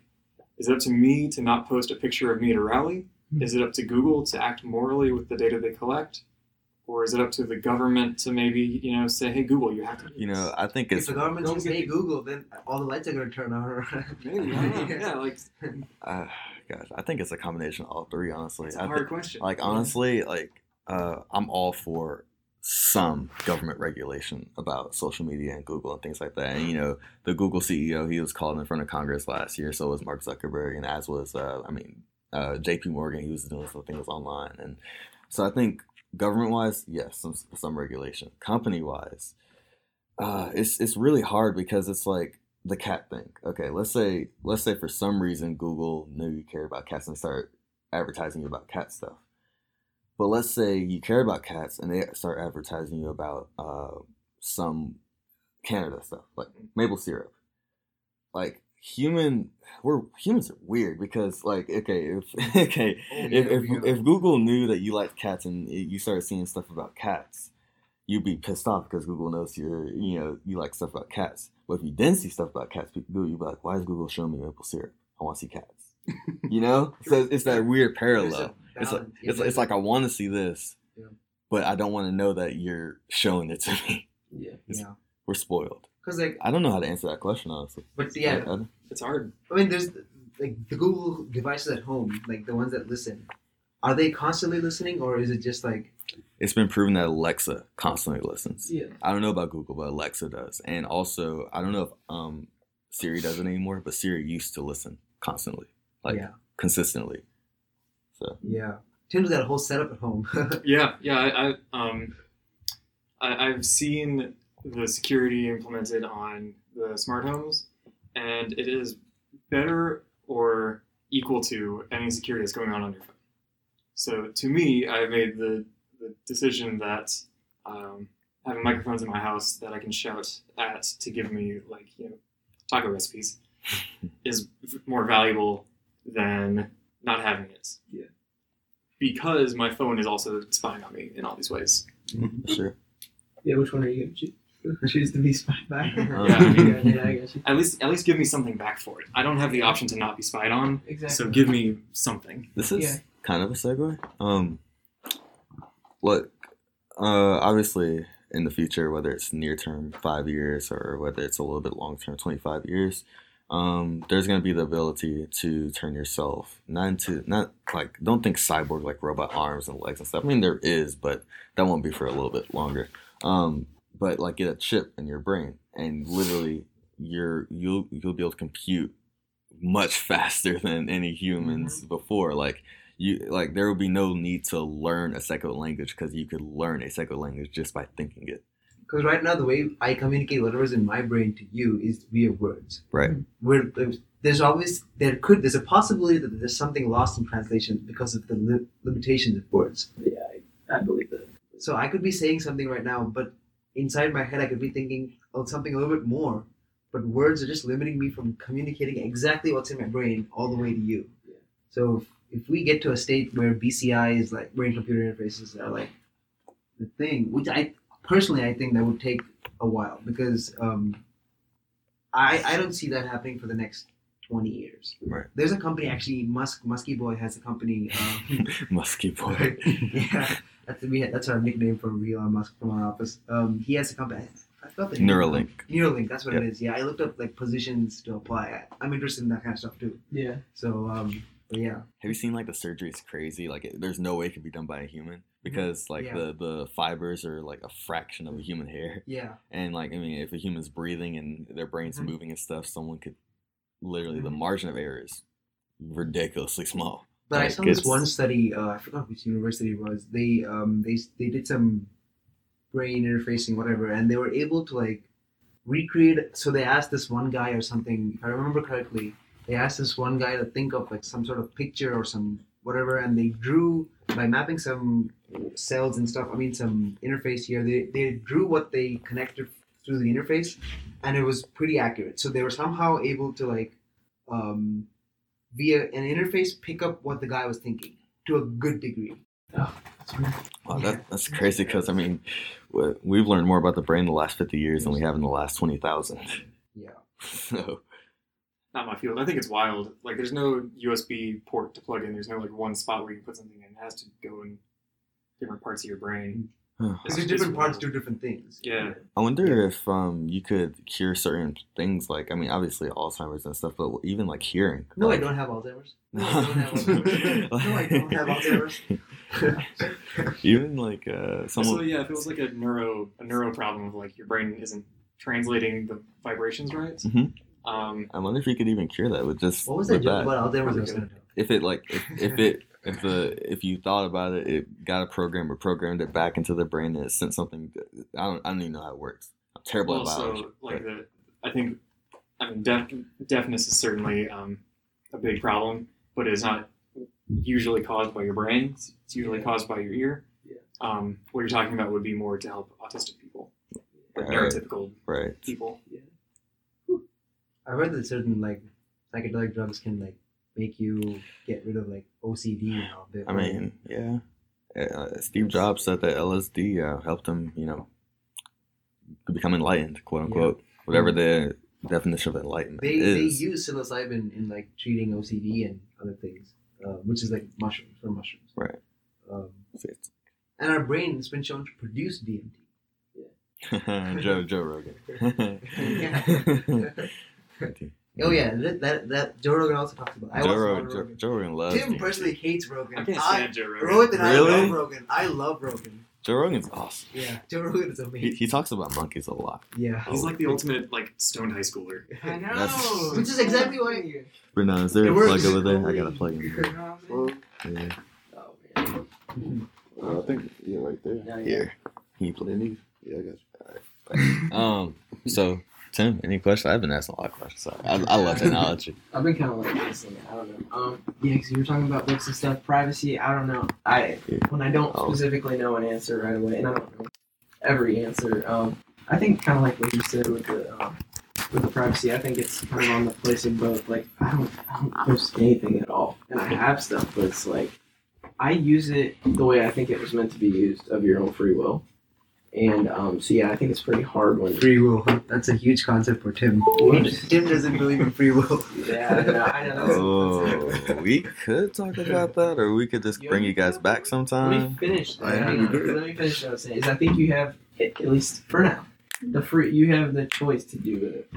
is it up to me to not post a picture of me at a rally? Hmm. Is it up to Google to act morally with the data they collect, or is it up to the government to maybe you know say, hey Google, you have to. do it. you this"? know, I think If it's the government Don't says, get "Hey the- Google," then all the lights are gonna turn on. (laughs) maybe I don't know. (laughs) yeah, like uh, gosh, I think it's a combination of all three. Honestly, it's I a thi- hard question. like honestly, like uh, I'm all for some government regulation about social media and Google and things like that. And you know, the Google CEO he was called in front of Congress last year. So was Mark Zuckerberg, and as was uh, I mean, uh, J.P. Morgan. He was doing some things online, and so I think government wise, yes, some some regulation. Company wise, uh, it's it's really hard because it's like the cat thing. Okay, let's say let's say for some reason Google knew you care about cats and start advertising you about cat stuff. But let's say you care about cats and they start advertising you about uh, some Canada stuff like maple syrup. Like human, we're humans are weird because like okay if (laughs) okay if, if, if Google knew that you liked cats and it- you started seeing stuff about cats, you'd be pissed off because Google knows you're you know you like stuff about cats. But if you didn't see stuff about cats, people you'd be like, why is Google showing me maple syrup? I want to see cats. You (laughs) know, so it's that weird parallel. It's like it's, it's like I want to see this, Yeah. but I don't want to know that you're showing it to me. (laughs) Yeah. yeah, We're spoiled. because like, I don't know how to answer that question honestly. but yeah, I- I- It's hard. I mean, there's like the Google devices at home, like the ones that listen. Are they constantly listening, or is it just like it's been proven that Alexa constantly listens. Yeah. I don't know about Google, but Alexa does. And also, I don't know if um, Siri does it anymore, but Siri used to listen constantly, like yeah, (laughs) consistently. So yeah? Tim's got a whole setup at home. (laughs) (laughs) Yeah, yeah. I, I um, I, I've seen the security implemented on the smart homes, and it is better or equal to any security that's going on on your phone. So to me, I made the, the decision that um, having microphones in my house that I can shout at to give me like you know taco recipes is v- more valuable than not having it. Yeah. Because my phone is also spying on me in all these ways. sure, Yeah. Which one are you gonna choose? choose to be spied by? I (laughs) yeah, mean- yeah, I got you. At least, at least give me something back for it. I don't have the option to not be spied on, Exactly. so give me something. this is Yeah. kind of a segue. Um, look, uh, obviously, in the future, whether it's near term five years or whether it's a little bit long term twenty five years, um, there's gonna be the ability to turn yourself not into not like don't think cyborg like robot arms and legs and stuff. I mean there is, but that won't be for a little bit longer. Um, but like get a chip in your brain and literally you're you'll you'll be able to compute much (laughs) faster than any humans before. Like you like there will be no need to learn a second language because you could learn a second language just by thinking it. Because right now, the way I communicate whatever's in my brain to you is via words. Right. Where there's always there could there's a possibility that there's something lost in translation because of the li- limitations of words. Yeah, I, I believe that. So I could be saying something right now, but inside my head, I could be thinking of something a little bit more. But words are just limiting me from communicating exactly what's in my brain all the way to you. Yeah. So if, if we get to a state where BCI is like brain computer interfaces are like the thing, which I personally I think that would take a while because um, I I don't see that happening for the next twenty years. Right. (laughs) There's a company actually Musk Musky Boy has a company. Um, Musky boy. yeah, that's we had, that's our nickname for Elon Musk from our office. Um, he has a company. I forgot the (laughs) name. Neuralink. Neuralink, that's what Yeah. it is. Yeah, I looked up like positions to apply. I, I'm interested in that kind of stuff too. Yeah. So, um, but yeah, Have you seen like the surgery? It's crazy. Like it, there's no way it can be done by a human because like Yeah. the the fibers are like a fraction of a human hair. (laughs) yeah, And like I mean, if a human's breathing and their brain's Mhm. moving and stuff, someone could literally the Mhm. margin of error is ridiculously small. But I Like, saw this it's- one study. Uh, I forgot which university it was. They um they they did some brain interfacing whatever, and they were able to like recreate. So they asked this one guy or something. If I remember correctly, they asked this one guy to think of like some sort of picture or some whatever, and they drew by mapping some cells and stuff. I mean, some interface here. They they drew what they connected through the interface, and it was pretty accurate. So they were somehow able to like um, via an interface pick up what the guy was thinking to a good degree. Wow, (laughs) that, that's crazy because I mean, we- we've learned more about the brain in the last 50 years than we have in the last 20,000. Yeah. (laughs) So, Not my field. I think it's wild. Like, there's no USB port to plug in. There's no like one spot where you can put something in. It has to go in different parts of your brain. Huh. It's- Because it's different parts wild. do different things. Yeah. I wonder if um, you could cure certain things, like, I mean, obviously Alzheimer's and stuff, but even like hearing. No, I like, don't have Alzheimer's. No, I don't have Alzheimer's. Like- no, I don't have Alzheimer's. Even like uh, someone. So yeah, if it was like a neuro a neuro problem of like your brain isn't translating the vibrations right. Mhm. Um, I wonder if you could even cure that with just what was that with joke about Alzheimer's? I was gonna tell? if it like if, if (laughs) it if the if you thought about it, it got a program or programmed it back into the brain and it sent something. I don't I don't even know how it works. I'm terrible well, at biology. so but- like the I think I mean deaf, deafness is certainly um, a big problem, but it's not usually caused by your brain. It's- It's usually Yeah. caused by your ear. Yeah. Um, what you're talking about would be more to help autistic people, like Right. neurotypical right. people. I heard that certain like psychedelic drugs can like make you get rid of like OCD and all that. I mean, yeah. Uh, Steve Jobs said that LSD uh, helped him, you know, become enlightened, quote unquote, whatever the definition of enlightenment Mm. they they is. use psilocybin in like treating OCD and other things, uh, which is like mushrooms for mushrooms. Right. Um, It's- and our brain has been shown to produce DMT. (laughs) Joe Joe (laughs) Rogan. (laughs) Oh yeah, that that, that Joe Rogan also talks about. it. I Joe, watch a lot Rogan of Joe, Rogan. Joe Rogan loves Tim DMT. personally hates Rogan. I can't I, stand Joe Rogan. Rohit and I Really? love Rogan. I love Rogan. Joe Rogan's awesome. Yeah, (laughs) Joe Rogan is He, amazing. he talks about monkeys a lot. Yeah. He's like the ultimate like stoned high schooler. I know. That's- Which is exactly why- (laughs) Bruno, is there It a works. plug over there? I got a plug in (laughs) You know what there. Yeah. I'm saying? Oh, man. Uh, I think yeah, right there. Oh, Yeah, yeah. Here. Can you play these? Yeah, I got you. Um, so, Tim, any questions? I've been asking a lot of questions. Sorry. I, I (laughs) love technology. I've been kind of like this thing. I don't know. Um, yeah, because you were talking about books and stuff, privacy. I don't know. I Yeah. when I don't Oh. specifically know an answer right away, and I don't know every answer. Um, I think kind of like what you said with the um, with the privacy. I think it's kind of on the place of both. Like I don't I don't post anything at all, and I have stuff, but it's like I use it the way I think it was meant to be used, of your own free will. And um, so yeah, I think it's pretty hard when Free will. That's a huge concept for Tim. What? Tim doesn't believe in free will. yeah, I know, I (laughs) know that's- Oh, we could talk about that, or we could just bring you guys back Let me sometime. finish. I that. am Hang on. good. Let me finish what I was saying. Is I think you have, at at least for now, the free. You have the choice to do with it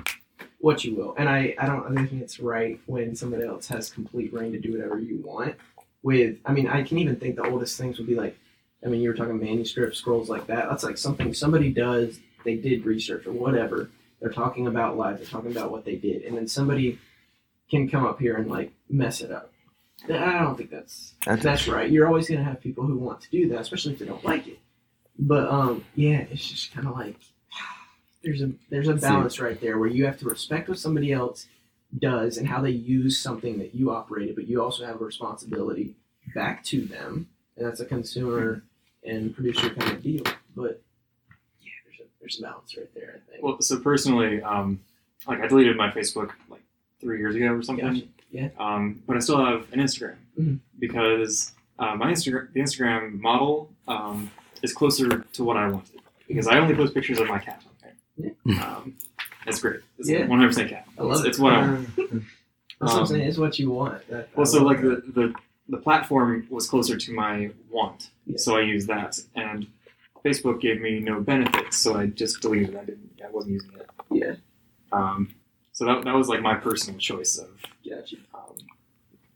what you will. And I, I don't think it's right when somebody else has complete reign to do whatever you want. With, I mean, I can even think the oldest things would be like, I mean, you were talking manuscript scrolls like that. That's like something somebody does. They did research or whatever. They're talking about life. They're talking about what they did, and then somebody can come up here and like mess it up. I don't think that's that's right. You're always gonna have people who want to do that, especially if they don't like it. But um, yeah, it's just kind of like (sighs) there's a there's a See. balance right there where you have to respect what somebody else does and how they use something that you operated, but you also have a responsibility back to them, and that's a consumer and producer kind of deal. But yeah, there's a there's a balance right there. I think. Well, so personally, um, like I deleted my Facebook like three years ago or something. Gotcha. Yeah. Um, but I still have an Instagram Mhm. because uh, my Instagram, the Instagram model, um, is closer to what I wanted because I only post pictures of my cat on there. Um, that's great. It's Yeah. 100% cat. I love it's, it. Um, It's what I (laughs) want. that's what I'm um, saying. It's what you want. That, I Well, so love like that. the, the the platform was closer to my want, Yeah. so I used that, and Facebook gave me no benefits, so I just deleted it. I didn't. I wasn't using it. Yeah. Um, so that, that was like my personal choice of Gotcha. um,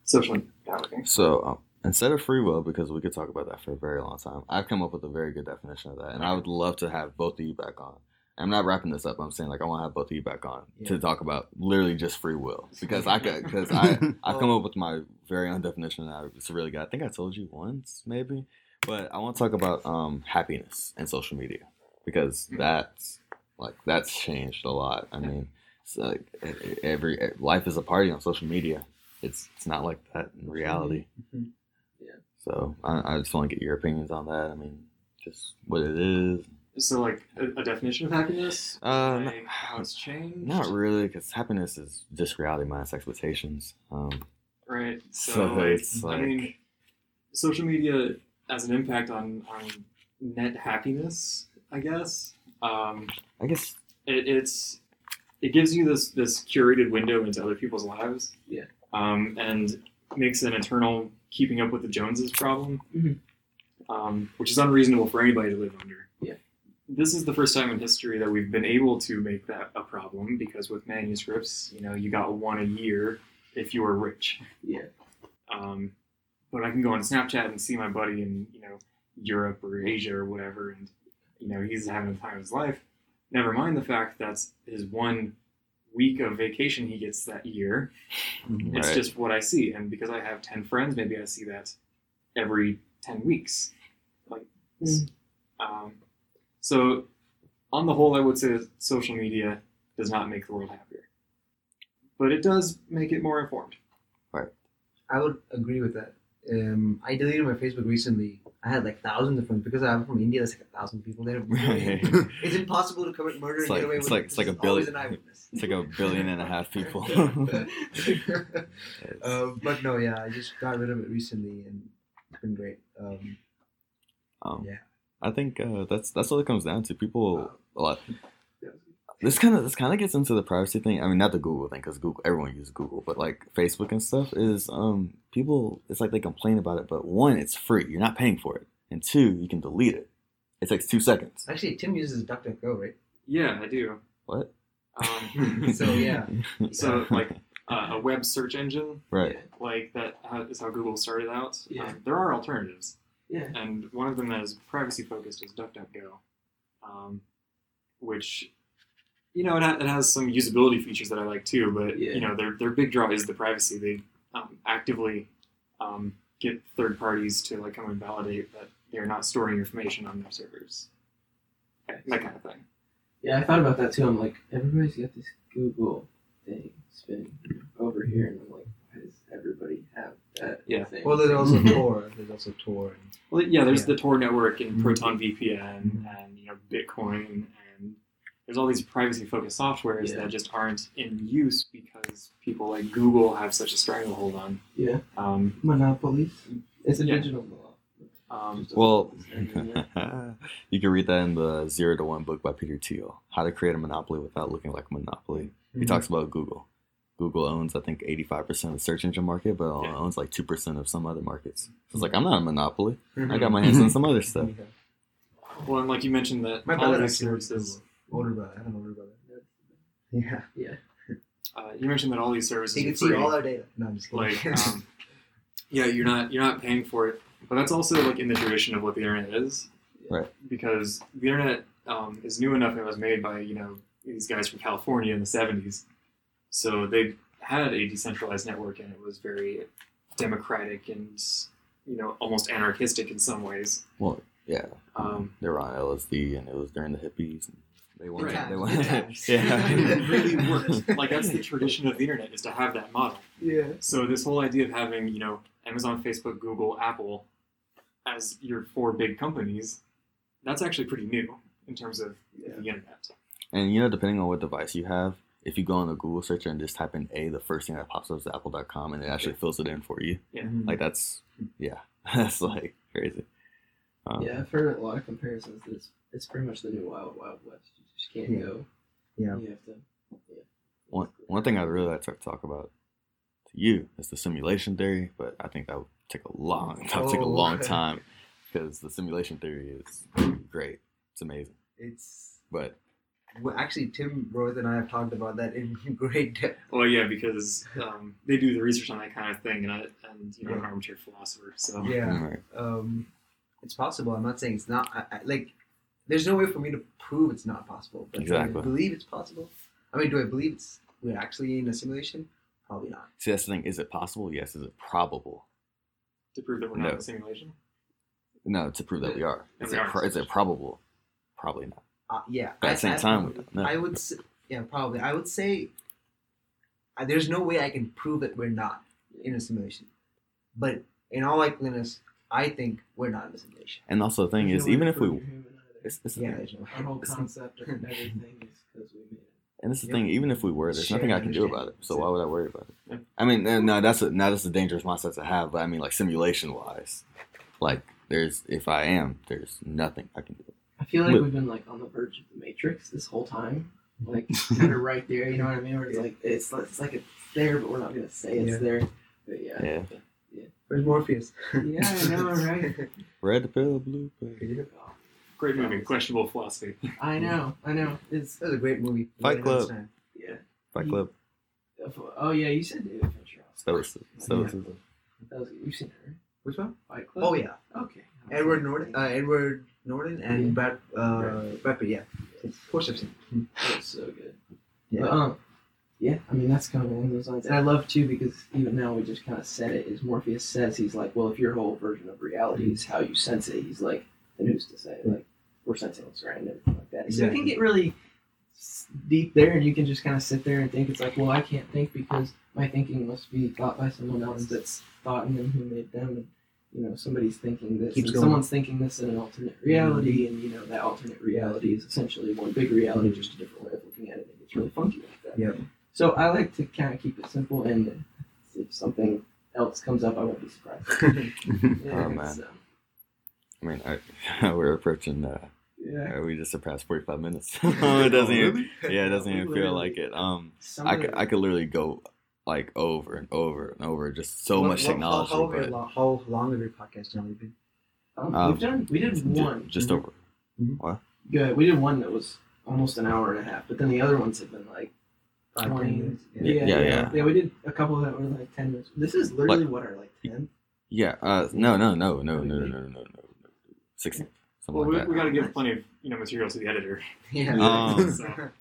social networking. So um, instead of free will, because we could talk about that for a very long time, I've come up with a very good definition of that, and I would love to have both of you back on. I'm not wrapping this up. I'm saying like I want to have both of you back on to talk about literally just free will because I could because I (laughs) I've come up with my very own definition and I, it's really good. I think I told you once maybe, but I want to talk about um happiness and social media because that's like that's changed a lot. I mean, it's like e- e- every e- life is a party on social media. It's it's not like that in reality. Mm-hmm. Mhm. Yeah. So I, I just want to get your opinions on that. I mean, just what it is, So, like, a, a definition of happiness? Um, Like, how it's changed? Not really, because happiness is just reality minus expectations. Um, Right. So, So like, it's I mean, like- social media has an impact on, on net happiness, I guess. Um, I guess it, it's it gives you this this curated window into other people's lives. Yeah. Um, and makes an eternal keeping up with the Joneses problem, Mhm. um, which is unreasonable for anybody to live under. Yeah. This is the first time in history that we've been able to make that a problem because with manuscripts, you know, you got one a year if you were rich. Yeah. Um, but I can go on Snapchat and see my buddy in you know Europe or Asia or whatever, and you know he's having the time of his life. Never mind the fact that's his one week of vacation he gets that year. It's Right. just what I see, and because I have ten friends, maybe I see that every ten weeks, like this. Um, so, on the whole, I would say that social media does not make the world happier, but it does make it more informed. (laughs) I would agree with that. Um, I deleted my Facebook recently. I had like thousands of friends because I'm from India. There's like a thousand (laughs) people there. it's It's impossible to commit murder It's and like- get away it's with like- it. it's like There's a billion- always an eyewitness. like (laughs) a billion and a (laughs) half people. (laughs) uh, um, but no, yeah, I just got rid of it recently, and it's been great. Um, Um, Yeah. I think uh, that's that's what it comes down to. People a lot. Yeah. This kind of this kind of gets into the privacy thing. I mean, not the Google thing because Google everyone uses Google, but like Facebook and stuff is um people. It's like they complain about it, but one, it's free. You're not paying for it, and two, you can delete it. It takes two seconds. actually, Tim uses DuckDuckGo, right? Yeah, I do. What? (laughs) Um, So, yeah. so like uh, a web search engine, right. like that how- is how Google started out. Yeah. Um, there are alternatives, Yeah. and one of them that is privacy focused is DuckDuckGo, um, which you know it, ha- it has some usability features that I like too. But Yeah. you know their their big draw is the privacy. They um, actively um, get third parties to like come and validate that they're not storing your information on their servers, that kind of thing. Yeah, I thought about that too. I'm like, everybody's got this Google thing spinning over here, and I'm like, why does everybody have that Yeah. thing? Well, there's also Mhm. Tor. There's also Tor. And Well, yeah, there's Yeah. the Tor network and Mhm. Proton VPN and you know Bitcoin and there's all these privacy-focused softwares Yeah. that just aren't in use because people like Google have such a stranglehold on. yeah, Um, monopolies. It's a Yeah. digital law. um, Well, (laughs) you can read that in the Zero to One book by Peter Thiel, How to Create a Monopoly Without Looking Like a Monopoly. Mm-hmm. He Mhm. talks about Google. Google owns, I think, 85% of the search engine market, but only Yeah. owns like 2% of some other markets. So it's like, I'm not a monopoly. I Mhm. got my Mm-hmm. hands on some other stuff. Yeah. well, and like you mentioned that My all of brother these actually works services, Google. Older brother. I have an older brother. Yeah. uh, you mentioned that all these services He are can see free. all our data. No, I'm just (laughs) like kidding. um, yeah you're not you're not paying for it but that's also like in the tradition of what the internet is Right. because the internet um, is new enough and it was made by you know these guys from california in the 70s so they had a decentralized network and it was very democratic and you know almost anarchistic in some ways Well, yeah. (laughs) um, They were on LSD and it was during the hippies. And they wanted, Right. they wanted, (laughs) (laughs) and it really yeah. worked like that's (laughs) the tradition of the internet is to have that model Yeah. So this whole idea of having, you know, Amazon, Facebook, Google, Apple as your four big companies, that's actually pretty new in terms of the internet. And you know, depending on what device you have, if you go on the Google search and just type in A, the first thing that pops up is apple.com and it actually fills it in for you. Yeah. Mhm. Like, that's, yeah, (laughs) that's like crazy. Um, (laughs) Yeah, I've heard a lot of comparisons. that It's it's pretty much the new wild wild west. You just can't Yeah. go. Yeah. You have to. One one thing I'd really like to talk about to you is the simulation theory, but I think that would take a long (laughs) that would take a Oh. (laughs) long time because the simulation theory is great. It's amazing, it's but well, actually Tim Roth and I have talked about that in (laughs) great depth. Well, yeah, because um, they do the research on that kind of thing, and I, and you know, I'm an armchair philosopher, so Yeah. Alright. Um, it's possible. I'm not saying it's not. I, I, like, there's no way for me to prove it's not possible. But do Exactly. I believe it's possible? I mean, do I believe it's we're actually in a simulation? Probably not. see that's the thing. Is it possible? Yes. Is it probable? (laughs) to prove that we're not No. in a simulation. No, to prove that we are. Is it, Yeah. pro- is it probable? Probably not. Uh, yeah. But at I- the same I- time, we don't know. I would. s yeah, probably. I would say uh, there's no way I can prove that we're not in a simulation. But in all likeliness, I think we're not in a simulation. And also, the thing There's is, no way even to if we prove you're human either. It's, (laughs) it's the Yeah, thing. there's no- Our whole concept of everything is because we made it. And it's the Yeah. thing. Even if we were, there's Shared nothing I can do about understanding. it. So That's why would I worry about Yeah. it? I mean, uh, no, that's a now that's a dangerous mindset to have. But I mean, like simulation wise, like there's if I am, there's nothing I can do. I feel like But- we've been like on the verge of the Matrix this whole time, like kind of right there. You know what I mean? Where it's like it's it's like it's there, but we're not gonna say it's Yeah. there. But yeah, Yeah, Where's Morpheus? yeah, I know, right? red pill, blue pill. Great movie, questionable philosophy. I know, I know. It's (laughs) That was a great movie. Fight Club. yeah. Fight Club, Oh yeah, you said David Fincher. stoicism, stoicism. That was you've seen her. Which one? Fight Club. Oh yeah, Okay. Edward Norton. Uh, Edward Norton and Yeah. Brad. Uh, Brad Pitt. Yeah, of course (laughs) I've seen. it. That's so good. Yeah. But, um, yeah, I mean that's kind of along those lines, and I love too because even now we just kind of said it. Is Morpheus says he's like, well, if your whole version of reality is how you sense it, he's like, then who's to say? Like we're sensing what's right and everything like that. So it can get really s- deep there, and you can just kind of sit there and think it's like, well, I can't think because my thinking must be thought by someone else that's thought and then who made them, and you know somebody's thinking this, Keeps and going. someone's thinking this in an alternate reality, Mm-hmm. and you know that alternate reality is essentially one big reality, just a different way of looking at it. And it's really funky like that. Yeah. So I like to kind of keep it simple, and if something else comes up, I won't be surprised. (laughs) (laughs) Yeah, Oh, man. so, I mean, I, (laughs) we're approaching. Uh, yeah. we just surpassed 45 (laughs) minutes. (laughs) Oh, it doesn't. Even, yeah, it doesn't even feel Literally. like it. Um, Some I of could, the- I could literally go like over and over and over. Just so What- much what- technology, How, how, but long, how long have your podcast generally been? Um, Um, we've done. We did ju- one. Mm-hmm. just over. Yeah, we did one that was almost an hour and a half, but then the other ones have been like. Five, Twenty. ten minutes. Yeah, yeah, yeah. we did a couple that were like ten minutes. This is literally what are like ten. Yeah. Uh, no, no, no, no, no, no, no, no, no, no. Sixteen. Something Well, we, like that. we got to give plenty of you know material to the editor. (laughs) (laughs) Yeah. Um, (laughs) so, I'm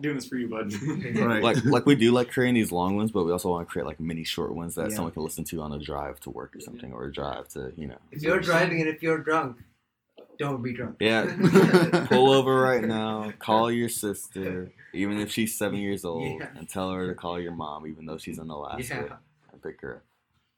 doing this for you, bud. (laughs) Right. Like, like we do like creating these long ones, but we also want to create like mini short ones that Yeah. someone can listen to on a drive to work or something, or a drive to you know. If you're driving and if you're drunk, don't be drunk. (laughs) Yeah, pull over right now. Call your sister, even if she's seven years old, Yeah. and tell her to call your mom, even though she's in Alaska, Yeah. and pick her up.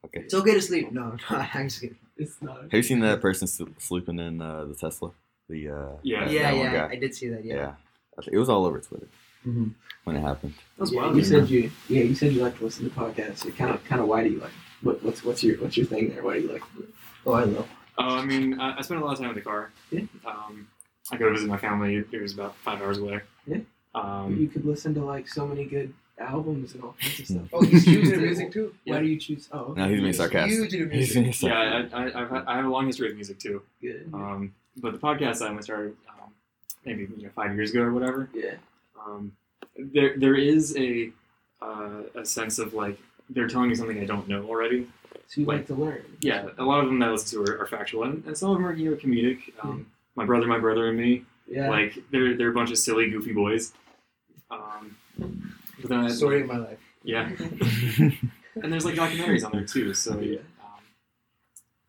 Okay. (laughs) It's okay to sleep. No, no, I'm just kidding. It's not. Have you seen that person sl- sleeping in uh, the Tesla? The uh, Yeah. that- Yeah, that one yeah, guy? I did see that. yeah. Yeah. I think It was all over Twitter Mm-hmm. Mhm. when it happened. That's Yeah, wild. you said you. Yeah, you said you like to listen to podcasts. You kind of, kind of. Why do you like? What, what's, what's your, what's your thing there? Why do you like? Oh, I (laughs) love. Oh, I mean, I, I spend a lot of time in the car. Yeah. Um, I go visit my family. It was about five hours away. Yeah. Um, You could listen to like so many good albums and all kinds of stuff. Oh, (laughs) he's huge into music too. Why do you choose? Oh, okay. Hmm. No, he's being He's sarcastic. Huge He's into music. being yeah, sarcastic. I, I, I've had, I have a long history of music too. good. Um, but the podcast I started um, maybe you know, five years ago or whatever. yeah. um, there there is a uh, a sense of like they're telling me something I don't know already. So you Like- like to learn. Yeah, a lot of them that I listen to are, are factual, and, and some of them are you know comedic. Um, my brother, my brother and me, Yeah. (laughs) like they're they're a bunch of silly, goofy boys. Um, but then I, Story of my life. yeah, and there's like documentaries on there too. So (laughs) Yeah. um,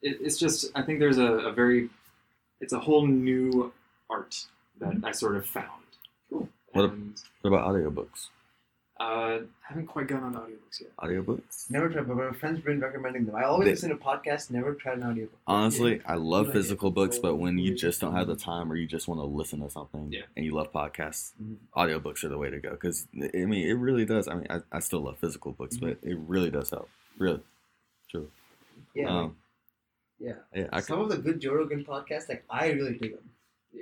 it, it's just I think there's a, a very it's a whole new art that I sort of found. Mm-hmm. Cool. What a- And, (laughs) What about audiobooks? uh, haven't quite gone on audiobooks yet. Audiobooks? Never tried, but my friends been recommending them. I always They- listen to podcasts, never tried an audiobook. Honestly, I love Yeah. physical books, but when you just don't have the time or you just want to listen to something Yeah. and you love podcasts, Mhm. audiobooks are the way to go. Because, I mean, it really does. I mean, I, I still love physical books, Mm-hmm. but it really does help. Really. True. Yeah, Um, yeah. yeah, I Some could, of the good Joe Rogan podcasts, like I really dig (laughs) them.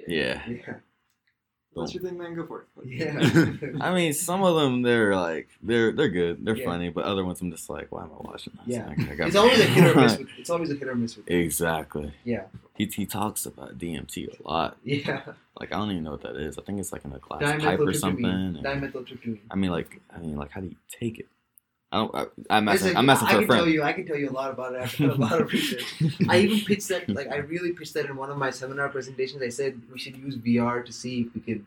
yeah. Yeah, (laughs) If That's your thing, man. Go for (laughs) it. yeah, I (laughs) mean, some of them they're like they're they're good, they're Yeah. funny, but other ones I'm just like, why am I watching this? Yeah. I got- (laughs) it's always a (laughs) hit or miss. With, it's always a hit or miss with. exactly. Yeah, He, he talks about DMT a lot. yeah. (laughs) Like I don't even know what that is. I think it's like in a glass pipe or something. and- Dimethyltryptamine. Dimethyltryptamine. I mean, like I mean, like how do you take it? I don't. I, I'm Listen, asking. I'm asking I for a can tell friend. you. I can tell you a lot about it. I've done a lot of research. (laughs) I even pitched that. Like I really pitched that in one of my seminar presentations. I said we should use VR to see if we could.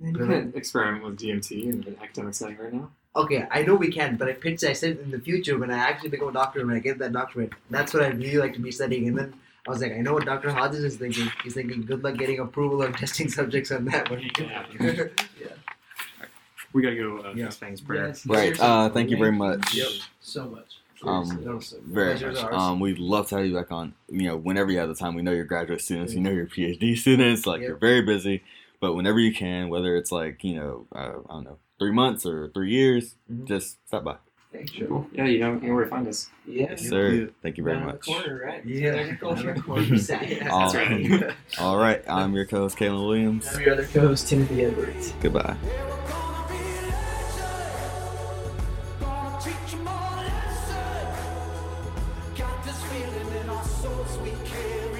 You can (laughs) experiment with DMT in an academic setting right now. Okay, I know we can, but I pitched. I said in the future when I actually become a doctor when I get that doctorate, that's what I'd really like to be studying. And then I was like, I know what Dr. Hodges is thinking. He's thinking, good luck getting approval of testing subjects on (laughs) that one. Yeah. We gotta go. Uh, Yeah. Thanks, prayer. Yes, Right. seriously. Uh, thank you very Thank much. you So much. Um, That was so good. very Pleasure's much. ours. Um, we'd love to have you back on. You know, whenever you have the time. We know you're graduate students. You know you're PhD students. Like Mm-hmm. Yep. you're very busy, but whenever you can, whether it's like you know, uh, I don't know, three months or three years, Mhm. just stop by. Thanks, Joe. Cool. Yeah, you know, you know where to find us. Yeah. Yes, sir. Yeah. Thank you very Around the much. Um, corner, right? Yeah. Agriculture. (laughs) corner. Sad. All That's right. (laughs) right. All right. I'm your co-host, Kalen Williams. I'm your other co-host, Timothy Edwards. Goodbye. Yeah, we're gonna be legends. Gonna teach 'em all a lesson. Got this feeling in our souls we care.